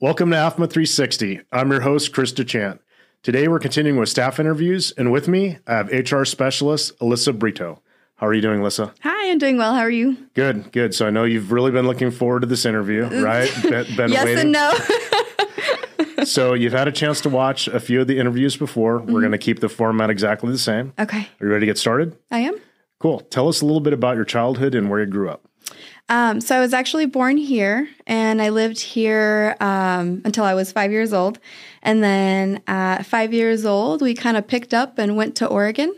Welcome to AFMA 360. I'm your host, Chris DeChant. Today we're continuing with staff interviews, and with me, I have HR specialist Alyssa Brito. How are you doing, Alyssa? Hi, I'm doing well. How are you? Good, good. So I know you've really been looking forward to this interview, right? Been, been Mm. yes and waiting. no. So you've had a chance to watch a few of the interviews before. We're Mm. going to keep the format exactly the same. okay, Are you ready to get started? I am. Cool. Tell us a little bit about your childhood and where you grew up. Um, so I was actually born here, and I lived here um, until I was five years old. And then at five years old, we kind of picked up and went to Oregon.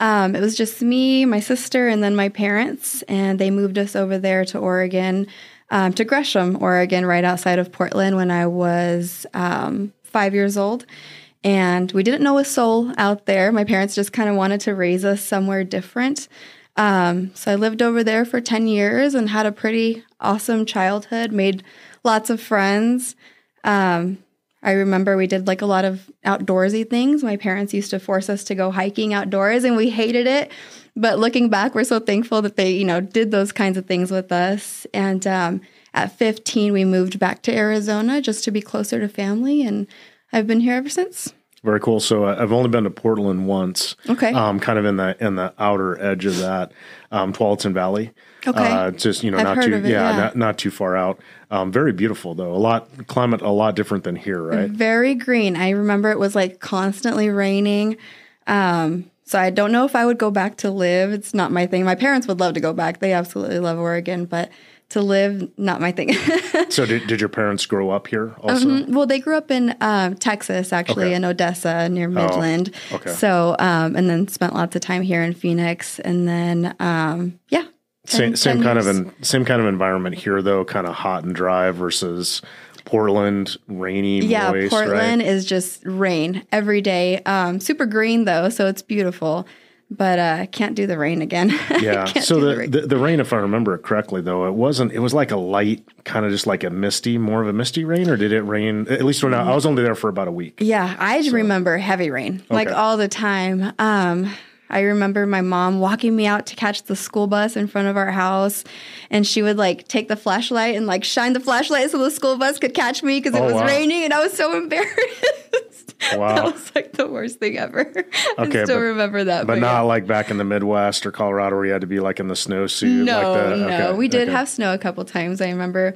Um, it was just me, my sister, and then my parents, and they moved us over there to Oregon, um, to Gresham, Oregon, right outside of Portland, when I was um, five years old. And we didn't know a soul out there. My parents just kind of wanted to raise us somewhere different. Um, so I lived over there for 10 years and had a pretty awesome childhood, made lots of friends. Um, I remember we did like a lot of outdoorsy things. My parents used to force us to go hiking outdoors and we hated it. But looking back, we're so thankful that they, you know, did those kinds of things with us. And um, at 15, we moved back to Arizona just to be closer to family. And I've been here ever since. Very cool. So uh, I've only been to Portland once. Okay. Um, kind of in the in the outer edge of that, um, Tualatin Valley. Okay. Uh, just you know, I've not heard too of it, yeah. not, not too far out. Um, very beautiful though. A lot climate, a lot different than here, right? Very green. I remember it was like constantly raining. Um, so I don't know if I would go back to live. It's not my thing. My parents would love to go back. They absolutely love Oregon, but to live, not my thing. so did, did your parents grow up here also? well, they grew up in um, Texas, actually, Okay. Oh, in Odessa near Midland. okay. So, um, and then spent lots of time here in Phoenix. And then, um, yeah. Same, 10 same kind of years. an, same kind of environment here though. Kind of hot and dry versus Portland, rainy, Yeah, moist, right? Portland is just rain every day. Um, super green though, so it's beautiful. But uh, can't do the rain again. Yeah. Can't so do the the, rain. the, the rain, if I remember it correctly, though, it wasn't. It was like a light, kind of just like a misty, more of a misty rain, or did it rain? At least when I, I was only there for about a week. yeah, I remember heavy rain like Okay. all the time. Um, I remember my mom walking me out to catch the school bus in front of our house, and she would like take the flashlight and like shine the flashlight so the school bus could catch me because it Oh, was wow. raining, and I was so embarrassed. Wow. that was like the worst thing ever. Okay, I still but- remember that. But yeah. not like back in the Midwest or Colorado where you had to be like in the snowsuit. No, like that. no. Okay, We did okay. have snow a couple times. I remember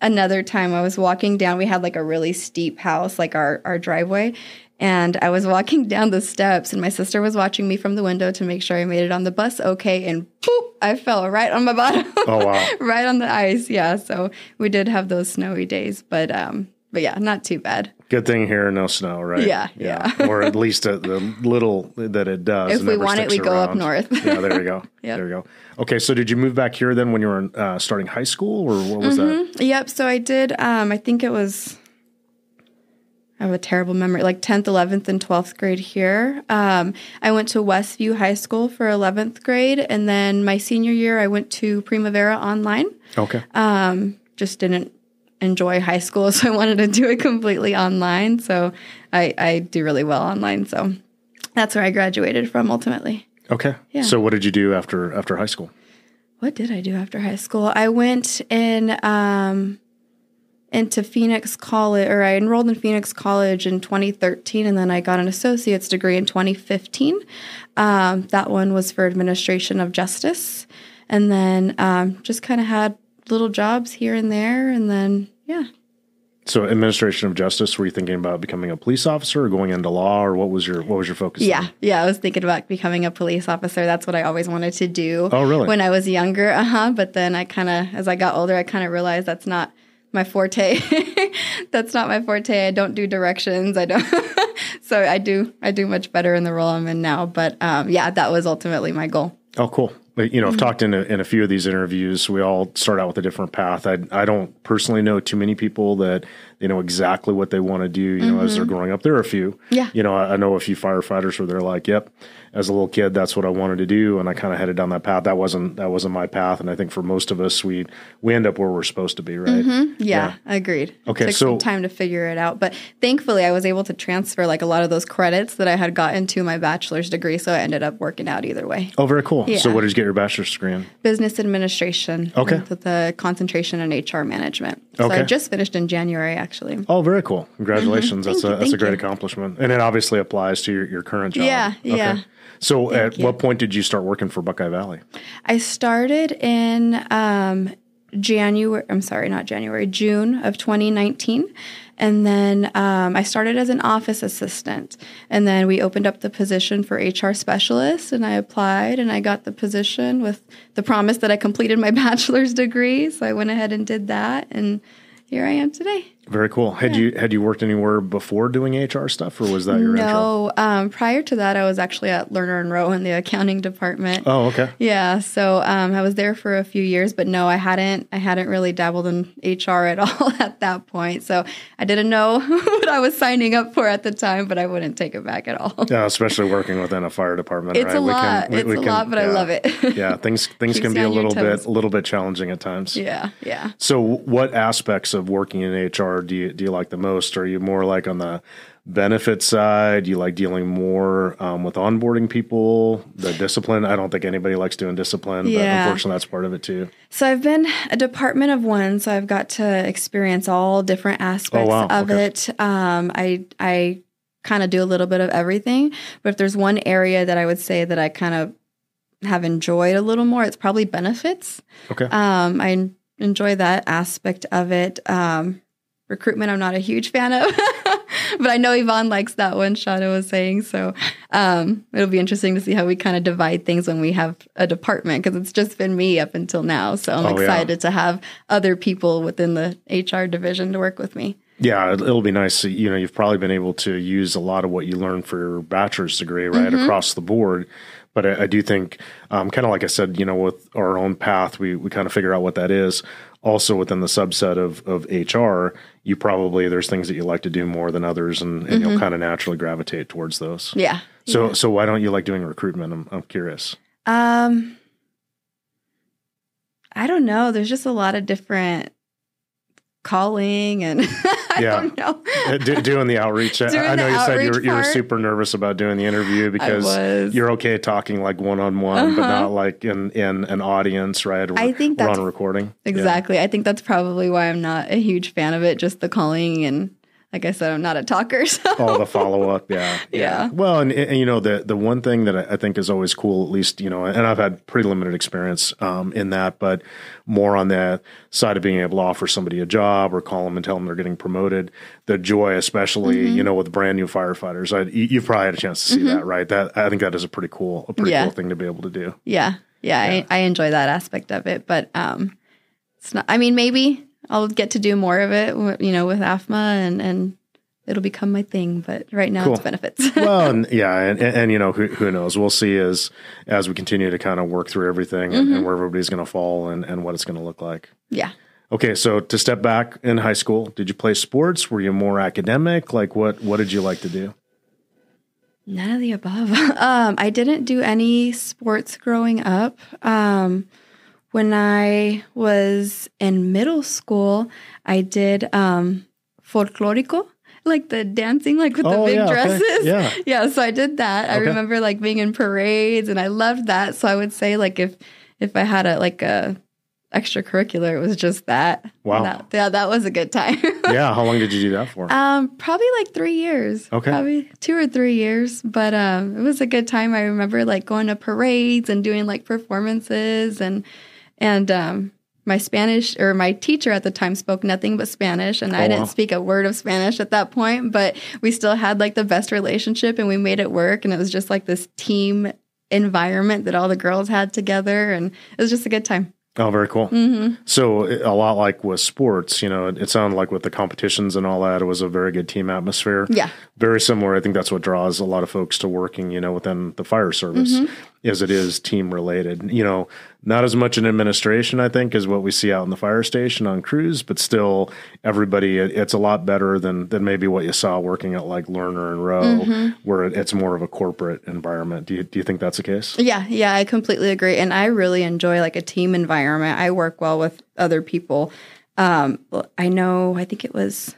another time I was walking down, we had like a really steep house, like our, our driveway. And I was walking down the steps, and my sister was watching me from the window to make sure I made it on the bus okay. And poof, I fell right on my bottom, Oh, wow. right on the ice. Yeah. So we did have those snowy days, but, um, but yeah, not too bad. Good thing here, no snow, right? Yeah, or at least a, the little that it does. If we never want it, sticks we go up around. north. yeah, there you go. Yep. There you go. Okay, so did you move back here then when you were uh, starting high school, or what was that? Yep. So I did. Um, I think it was. I have a terrible memory. Like tenth, eleventh, and twelfth grade here. Um, I went to Westview High School for eleventh grade, and then my senior year, I went to Primavera Online. Okay. Just didn't enjoy high school, so I wanted to do it completely online. So I, I do really well online. So that's where I graduated from ultimately. okay. yeah. So what did you do after after high school? what did I do after high school? I went in um, into Phoenix College, or I enrolled in Phoenix College in 2013, and then I got an associate's degree in 2015. Um, that one was for administration of justice, and then um, just kind of had little jobs here and there, and then yeah, So, administration of justice. Were you thinking about becoming a police officer or going into law, or what was your what was your focus? Yeah, on? yeah. I was thinking about becoming a police officer. That's what I always wanted to do. Oh, really? When I was younger, uh huh. But then I kind of, as I got older, I kind of realized that's not my forte. that's not my forte. I don't do directions. I don't. so I do, I do much better in the role I'm in now. But um, yeah, that was ultimately my goal. Oh, cool. But, You know, I've Mm-hmm. talked in a, in a few of these interviews. We all start out with a different path. I I don't personally know too many people that they know exactly what they want to do. You know, as they're growing up, there are a few. Mm-hmm. Yeah. You know, I, I know a few firefighters where they're like, "Yep, as a little kid, that's what I wanted to do," and I kind of headed down that path. That wasn't that wasn't my path, and I think for most of us, we we end up where we're supposed to be, right? Mm-hmm. Yeah, agreed. Okay, took so- some time to figure it out, but thankfully I was able to transfer like a lot of those credits that I had gotten to my bachelor's degree, so I ended up working out either way. Oh, very cool. So, Yeah. what did you get your bachelor's degree in? business administration Okay. with the concentration in HR management. So Okay. I just finished in January actually. Oh, very cool! Congratulations. That's Mm-hmm. Thank a you, that's a thank great you. accomplishment, and it obviously applies to your, your current job. Yeah, yeah. So, at you. what point did you start working for Buckeye Valley? I started in um, January, I'm sorry, not January, June of 2019. And then um, I started as an office assistant. And then we opened up the position for HR specialist, and I applied and I got the position with the promise that I completed my bachelor's degree. So I went ahead and did that. And here I am today. Very cool. Had you had you worked anywhere before doing HR stuff, or was that your intro? No, um, prior to that, I was actually at Lerner and Rowe in the accounting department. Oh, okay. Yeah, so um, I was there for a few years, but no, I hadn't. I hadn't really dabbled in HR at all at that point. So I didn't know what I was signing up for at the time, but I wouldn't take it back at all. Yeah, especially working within a fire department. It's right? a lot. it's a lot, but I yeah. love it. yeah, things things Keeps can be you a on your little bit toes. a little bit challenging at times. yeah, yeah. So, what aspects of working in HR do you do you like the most? Are you more like on the benefit side? You like dealing more um, with onboarding people, the discipline. I don't think anybody likes doing discipline, but Yeah. unfortunately, that's part of it too. So I've been a department of one, so I've got to experience all different aspects Oh, wow. of Okay. it. Um, I I kind of do a little bit of everything, but if there's one area that I would say that I kind of have enjoyed a little more, it's probably benefits. Okay. Um, I en- enjoy that aspect of it. Um, recruitment, I'm not a huge fan of, but I know Yvonne likes that one. Shauna was saying so. Um, it'll be interesting to see how we kind of divide things when we have a department because it's just been me up until now. So I'm Oh, yeah. excited to have other people within the HR division to work with me. Yeah, it- it'll be nice. You know, you've probably been able to use a lot of what you learned for your bachelor's degree, right, Mm-hmm. across the board. But I, I do think, um, kind of like I said, you know, with our own path, we, we kind of figure out what that is. Also, within the subset of, of HR, you probably there's things that you like to do more than others, and, and you'll kind of naturally gravitate towards those. Mm-hmm. Yeah. So, so why don't you like doing recruitment? I'm, I'm curious. Um, I don't know. There's just a lot of different calling, and I Yeah. don't know. Uh, do, doing the outreach. I- Doing I know the you said you outreach were, you were part. super nervous about doing the interview because was. you're okay talking like one on one, but Uh-huh. not like in in an audience, right? Or, I think or that's on a recording. Yeah. Exactly. I think that's probably why I'm not a huge fan of it. Just the calling, and like I said, I'm not a talker. So All the follow up, yeah, Yeah. Well, and, and you know the the one thing that I, I think is always cool, at least you know, and I've had pretty limited experience um, in that, but more on the side of being able to offer somebody a job or call them and tell them they're getting promoted. The joy, especially Mm-hmm. you know, with brand new firefighters, I, you- you've probably had a chance to see that, right? That I think that is a pretty cool, a pretty Yeah. cool thing to be able to do. yeah, yeah, I, I enjoy that aspect of it. But um, it's not. I mean, maybe I'll get to do more of it. w- You know, with AFMA, and and it'll become my thing. But right now, it's Cool. benefits. well, and, yeah, and, and, and, you know who who knows? We'll see as as we continue to kind of work through everything and, Mm-hmm. and where everybody's going to fall and and what it's going to look like. yeah. Okay, so to step back in high school, did you play sports? Were you more academic? Like what what did you like to do? None of the above. Um, I didn't do any sports growing up. Um, when I was in middle school, I did um, folklorico, like the dancing, like with the big Oh, yeah, okay. dresses. yeah. Yeah, so I did that. I Okay. remember like being in parades, and I loved that. So I would say like if if I had a like a extracurricular, it was just that. Wow. That- yeah, that was a good time. Yeah, how long did you do that for? Um, probably like three years. Okay. Probably two or three years. But um it was a good time. I remember like going to parades and doing like performances and and um my Spanish or my teacher at the time spoke nothing but Spanish and Oh, I didn't wow. speak a word of Spanish at that point, but we still had like the best relationship and we made it work and it was just like this team environment that all the girls had together and it was just a good time. oh, very cool. hmm So a lot like with sports, you know, it, it sounded like with the competitions and all that, it was a very good team atmosphere. Yeah. very similar. I think that's what draws a lot of folks to working, you know, within the fire service, is it is team related. You know, not as much in administration, I think, as what we see out in the fire station on crews, but still, everybody, it, it's a lot better than than maybe what you saw working at like Lerner and Rowe, where it, it's more of a corporate environment. Do you do you think that's the case? Yeah, yeah, I completely agree, and I really enjoy like a team environment. I work well with other people. Um, I know. I think it was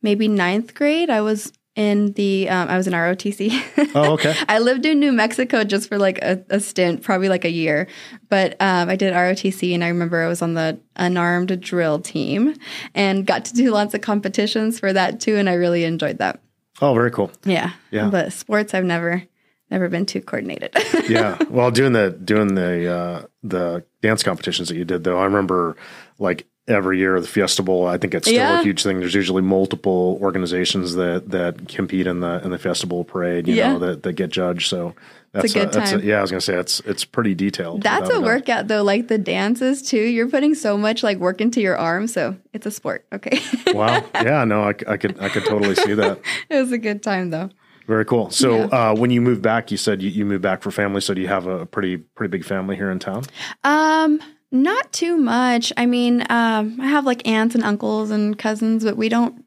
maybe ninth grade. I was in the um, I was in ROTC. Oh, okay. I lived in New Mexico just for like a, a stint, probably like a year. But um, I did ROTC, and I remember I was on the unarmed drill team and got to do lots of competitions for that too, and I really enjoyed that. Oh, very cool. Yeah, Yeah. But sports, I've never never been too coordinated. yeah. Well, doing the doing the uh, the dance competitions that you did though, I remember like every year the Fiesta Bowl. I think it's still a Yeah. huge thing. There's usually multiple organizations that that compete in the in the Fiesta Bowl parade. You Yeah. know that, that get judged. So that's It's a good that's time. yeah, I was gonna say it's it's pretty detailed. That's without a doubt. workout though, like the dances too. You're putting so much like work into your arm, so it's a sport. Okay, Wow. Yeah. No, I, c- I could I could totally see that. it was a good time though. Very cool. So uh, when you moved back, you said you, you moved back for family. So do you have a pretty pretty big family here in town? Um, not too much. I mean, um, I have like aunts and uncles and cousins, but we don't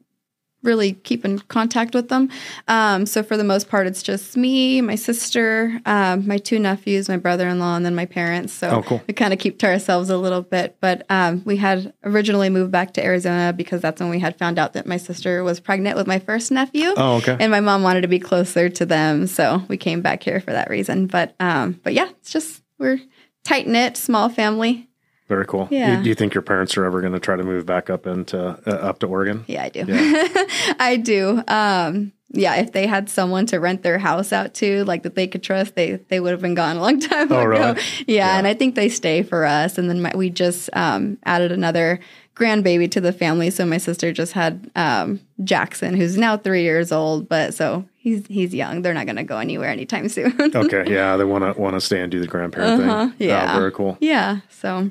really keep in contact with them. Um, so for the most part, it's just me, my sister, um, my two nephews, my brother-in-law, and then my parents. So Oh, cool. we kind of keep to ourselves a little bit. But um, we had originally moved back to Arizona because that's when we had found out that my sister was pregnant with my first nephew. Oh, okay. And my mom wanted to be closer to them, so we came back here for that reason. But um, but yeah, it's just we're tight knit, small family. Very cool. You- Yeah. do you think your parents are ever going to try to move back up into uh, up to Oregon? Yeah, I do. Yeah. I do. Um, yeah, if they had someone to rent their house out to, like that they could trust, they they would have been gone a long time Oh, ago. really? Yeah, and I think they stay for us. And then my, we just um, added another grandbaby to the family, so my sister just had um, Jackson, who's now three years old. But so he's he's young. They're not going to go anywhere anytime soon. Okay. Yeah, they want to want to stay and do the grandparent Uh-huh, thing. Oh, yeah. very cool. Yeah. So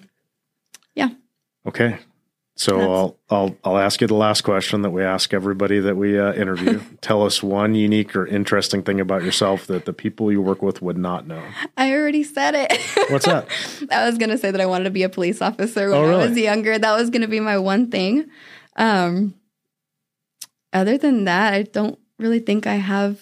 Okay. So That's- I'll I'll I'll ask you the last question that we ask everybody that we uh, interview. Tell us one unique or interesting thing about yourself that the people you work with would not know. I already said it. What's that? I was gonna say that I wanted to be a police officer when Oh, I was really? younger. That was gonna be my one thing. Um, other than that, I don't really think I have.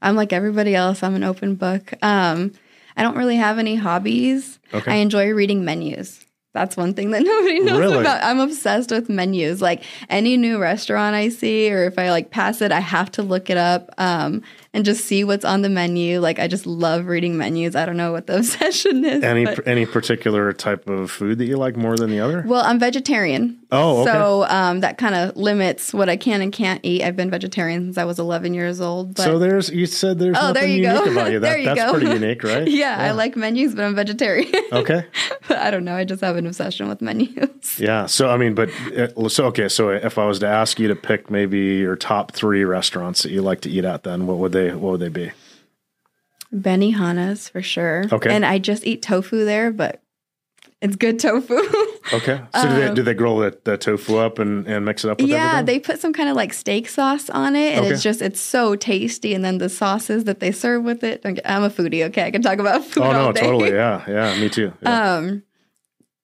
I'm like everybody else. I'm an open book. Um, I don't really have any hobbies. I Okay. enjoy reading menus. That's one thing that nobody knows Really? about. I'm obsessed with menus. Like any new restaurant I see, or if I like pass it, I have to look it up um, and just see what's on the menu. Like I just love reading menus. I don't know what the obsession is. any but- any particular type of food that you like more than the other? well, I'm vegetarian. Oh, okay. So um, that kind of limits what I can and can't eat. I've been vegetarian since I was 11 years old. But so there's you said there's Oh, there nothing you go. unique about you. That, There you that's go. pretty unique, right? yeah, I like menus, but I'm vegetarian. Okay. but I don't know. I just have an obsession with menus. Yeah. So I mean, but uh, so okay. So if I was to ask you to pick maybe your top three restaurants that you like to eat at, then what would they what would they be? Benihana's for sure. Okay. And I just eat tofu there, but it's good tofu. Okay. So do they Um, do they grill the, the tofu up and, and mix it up? with yeah, everything? they put some kind of like steak sauce on it, and Okay. it's just it's so tasty. And then the sauces that they serve with it. Don't get- I'm a foodie. Okay, I can talk about food. Oh all no, day. totally. Yeah, yeah. Me too. Yeah. Um,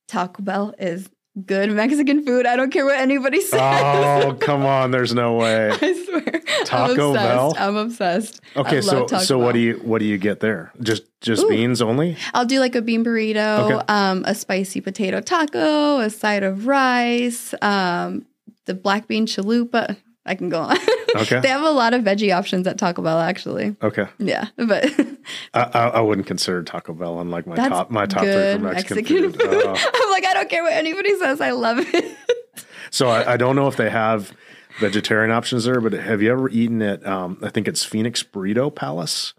Taco Bell is good Mexican food. I don't care what anybody says. oh come on, there's no way. I swear. Taco I'm obsessed. Bell? I'm obsessed. Okay, I so love Taco so what do Bell. you what do you get there? Just just Ooh. beans only? I'll do like a bean burrito, Okay. um, a spicy potato taco, a side of rice, um, the black bean chalupa. I can go on. Okay. they have a lot of veggie options at Taco Bell, actually. Okay, Yeah, but I, I, I wouldn't consider Taco Bell on like my that's top my top three for good Mexican, food. Oh. I'm like, I don't care what anybody says. I love it. So I, I don't know if they have vegetarian options there, but have you ever eaten at? Um, I think it's Phoenix Burrito Palace.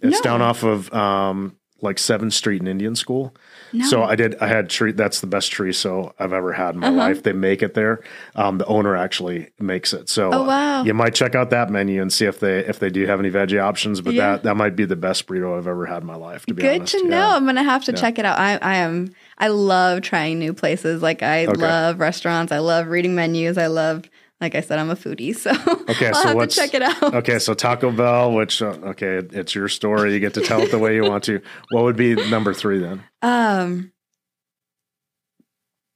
It's No. down off of um, like Seventh Street and Indian School. No. So I did. I had tree. That's the best chorizo I've ever had Uh-huh. in my life. They make it there. Um, the owner actually makes it. So Oh, wow. you might check out that menu and see if they if they do have any veggie options. But Yeah. that that might be the best burrito I've ever had in my life. To be Good honest. to Yeah. know. I'm gonna have to check it out. I, I am. I love trying new places. Like I love restaurants. I love reading menus. I love. Like I said, I'm a foodie, so Okay, I'll so have what's- to check it out. Okay, so Taco Bell, which uh, okay, it- it's your story. You get to tell it the way you want to. What would be number three then? Um,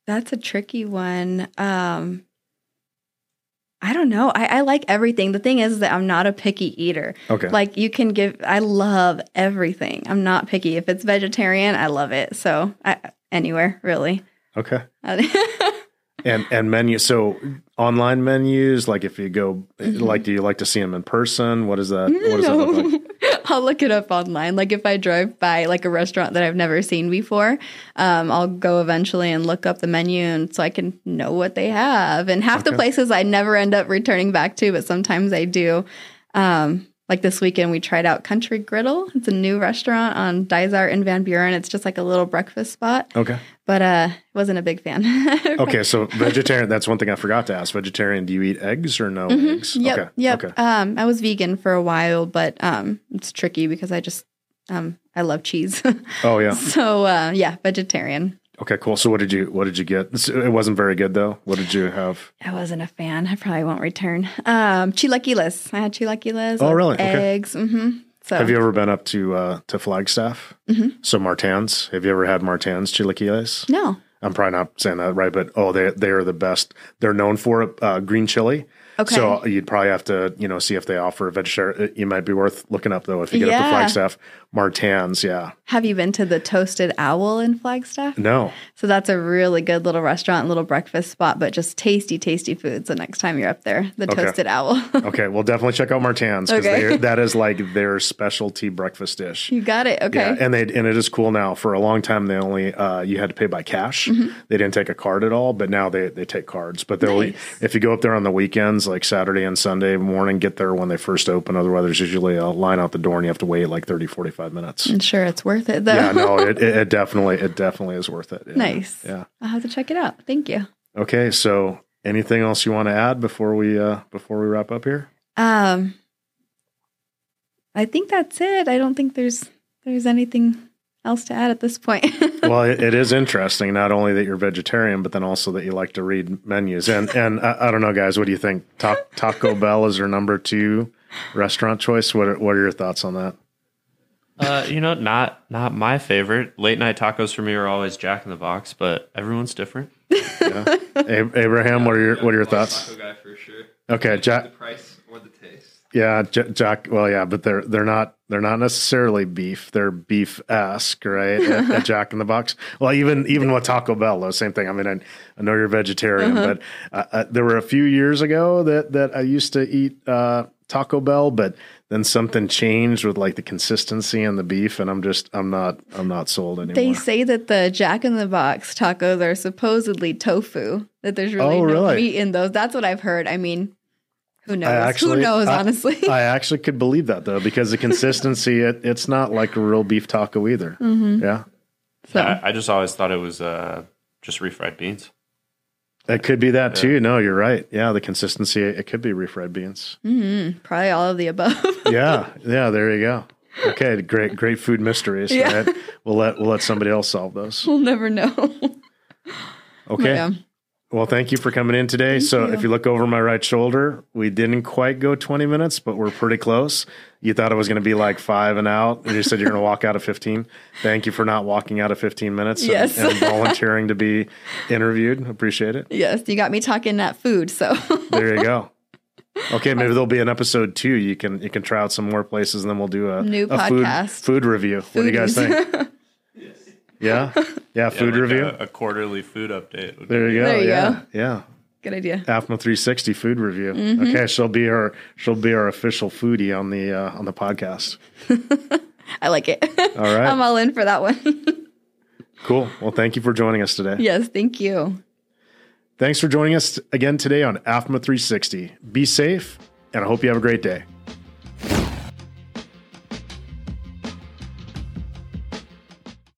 that's a tricky one. Um, I don't know. I, I like everything. The thing is that I'm not a picky eater. Okay, Like you can give. I love everything. I'm not picky. If it's vegetarian, I love it. So I anywhere really. okay. and and menu so online menus like if you go Mm-hmm. like do you like to see them in person what is that what does that look like I'll look it up online. Like if I drive by like a restaurant that I've never seen before, um, I'll go eventually and look up the menu, and so I can know what they have. And half the places I never end up returning back to, but sometimes I do. Um, like this weekend, we tried out Country Griddle. It's a new restaurant on Dysart and Van Buren. It's just like a little breakfast spot, okay but uh, wasn't a big fan. okay so vegetarian that's one thing i forgot to ask vegetarian do you eat eggs or no eggs Mm-hmm. Yep. okay Yep. okay Um, I was vegan for a while, but um, it's tricky because I just um, I love cheese. oh yeah so uh, yeah, vegetarian. okay cool so what did you what did you get This- it wasn't very good though what did you have I wasn't a fan. I probably won't return. Um, chilaquiles. I had chilaquiles. Oh, with really? Okay. Eggs. Mm-hmm. So have you ever been up to uh to flagstaff Mm-hmm. so martans have you ever had martans chilaquiles no. I'm probably not saying that right, but oh, they they are the best. They're known for it, uh, green chili. Okay. So you'd probably have to, you know, see if they offer a vegetarian. You might be worth looking up though if you get up to Yeah. Flagstaff. Martans, yeah. Have you been to the Toasted Owl in Flagstaff? No, So that's a really good little restaurant, little breakfast spot, but just tasty, tasty food. So next time you're up there, the Okay. Toasted Owl. okay. Well, definitely check out Martans because Okay. that is like their specialty breakfast dish. you got it. Okay. Yeah, and they and it is cool now. For a long time, they only uh, you had to pay by cash. Mm-hmm. They didn't take a card at all, but now they, they take cards. But they'll Nice. if you go up there on the weekends, like Saturday and Sunday morning, get there when they first open. Otherwise, there's usually a line out the door, and you have to wait like 30, 45 minutes. I'm sure it's worth it though. yeah, no, it, it, it definitely it definitely is worth it. Yeah. nice. Yeah. I'll have to check it out. Thank you. Okay. So, anything else you want to add before we uh, before we wrap up here? Um, I think that's it. I don't think there's there's anything else to add at this point. well, it, it is interesting not only that you're vegetarian, but then also that you like to read menus. And and I, I don't know, guys, what do you think? Ta- Taco Bell is your number two restaurant choice. What are, what are your thoughts on that? Uh, you know, not not my favorite. Late night tacos for me are always Jack in the Box, but everyone's different. A- Abraham, what are your what are your thoughts? Taco guy for sure. Okay, The Jack. price or the taste. Yeah, J- Jack. Well, yeah, but they're they're not they're not necessarily beef. They're beef esque, right? At, at Jack in the Box. Well, even even with Taco Bell, though, same thing. I mean, I, I know you're vegetarian, but uh, uh, there were a few years ago that that I used to eat uh, Taco Bell, but then something changed with like the consistency and the beef, and I'm just I'm not I'm not sold anymore. they say that the Jack in the Box tacos are supposedly tofu. That there's really Oh, no really? meat in those. That's what I've heard. I mean, who knows? actually- who knows? I- honestly, I actually could believe that though, because the consistency it, it's not like a real beef taco either. Mm-hmm. Yeah, so I, I just always thought it was uh, just refried beans. It could be that too. No, you're right. Yeah, the consistency. It could be refried beans. probably all of the above. Yeah, yeah. There you go. Okay, great, great food mysteries. Yeah. Right? We'll let we'll let somebody else solve those. we'll never know. Okay. Yeah. Well, thank you for coming in today. so, if you look over my right shoulder, we didn't quite go 20 minutes, but we're pretty close. You thought it was going to be like five and out, and you said you're going to walk out of 15. Thank you for not walking out of 15 minutes and- Yes. and volunteering to be interviewed. Appreciate it. yes, you got me talking that food. So There you go. Okay, maybe there'll be an episode two. You can you can try out some more places, and then we'll do a New a food- podcast. food review. What do you guys Foodies. think? Yeah, yeah, Yeah, food like review. a, a quarterly food update. would there be- you go. There you yeah, go. yeah. Good idea. AFMA 360 food review. Okay, she'll be our she'll be our official foodie on the uh, on the podcast. I like it. All right. I'm all in for that one. cool. Well, thank you for joining us today. yes, thank you. Thanks for joining us again today on AFMA 360. Be safe, and I hope you have a great day.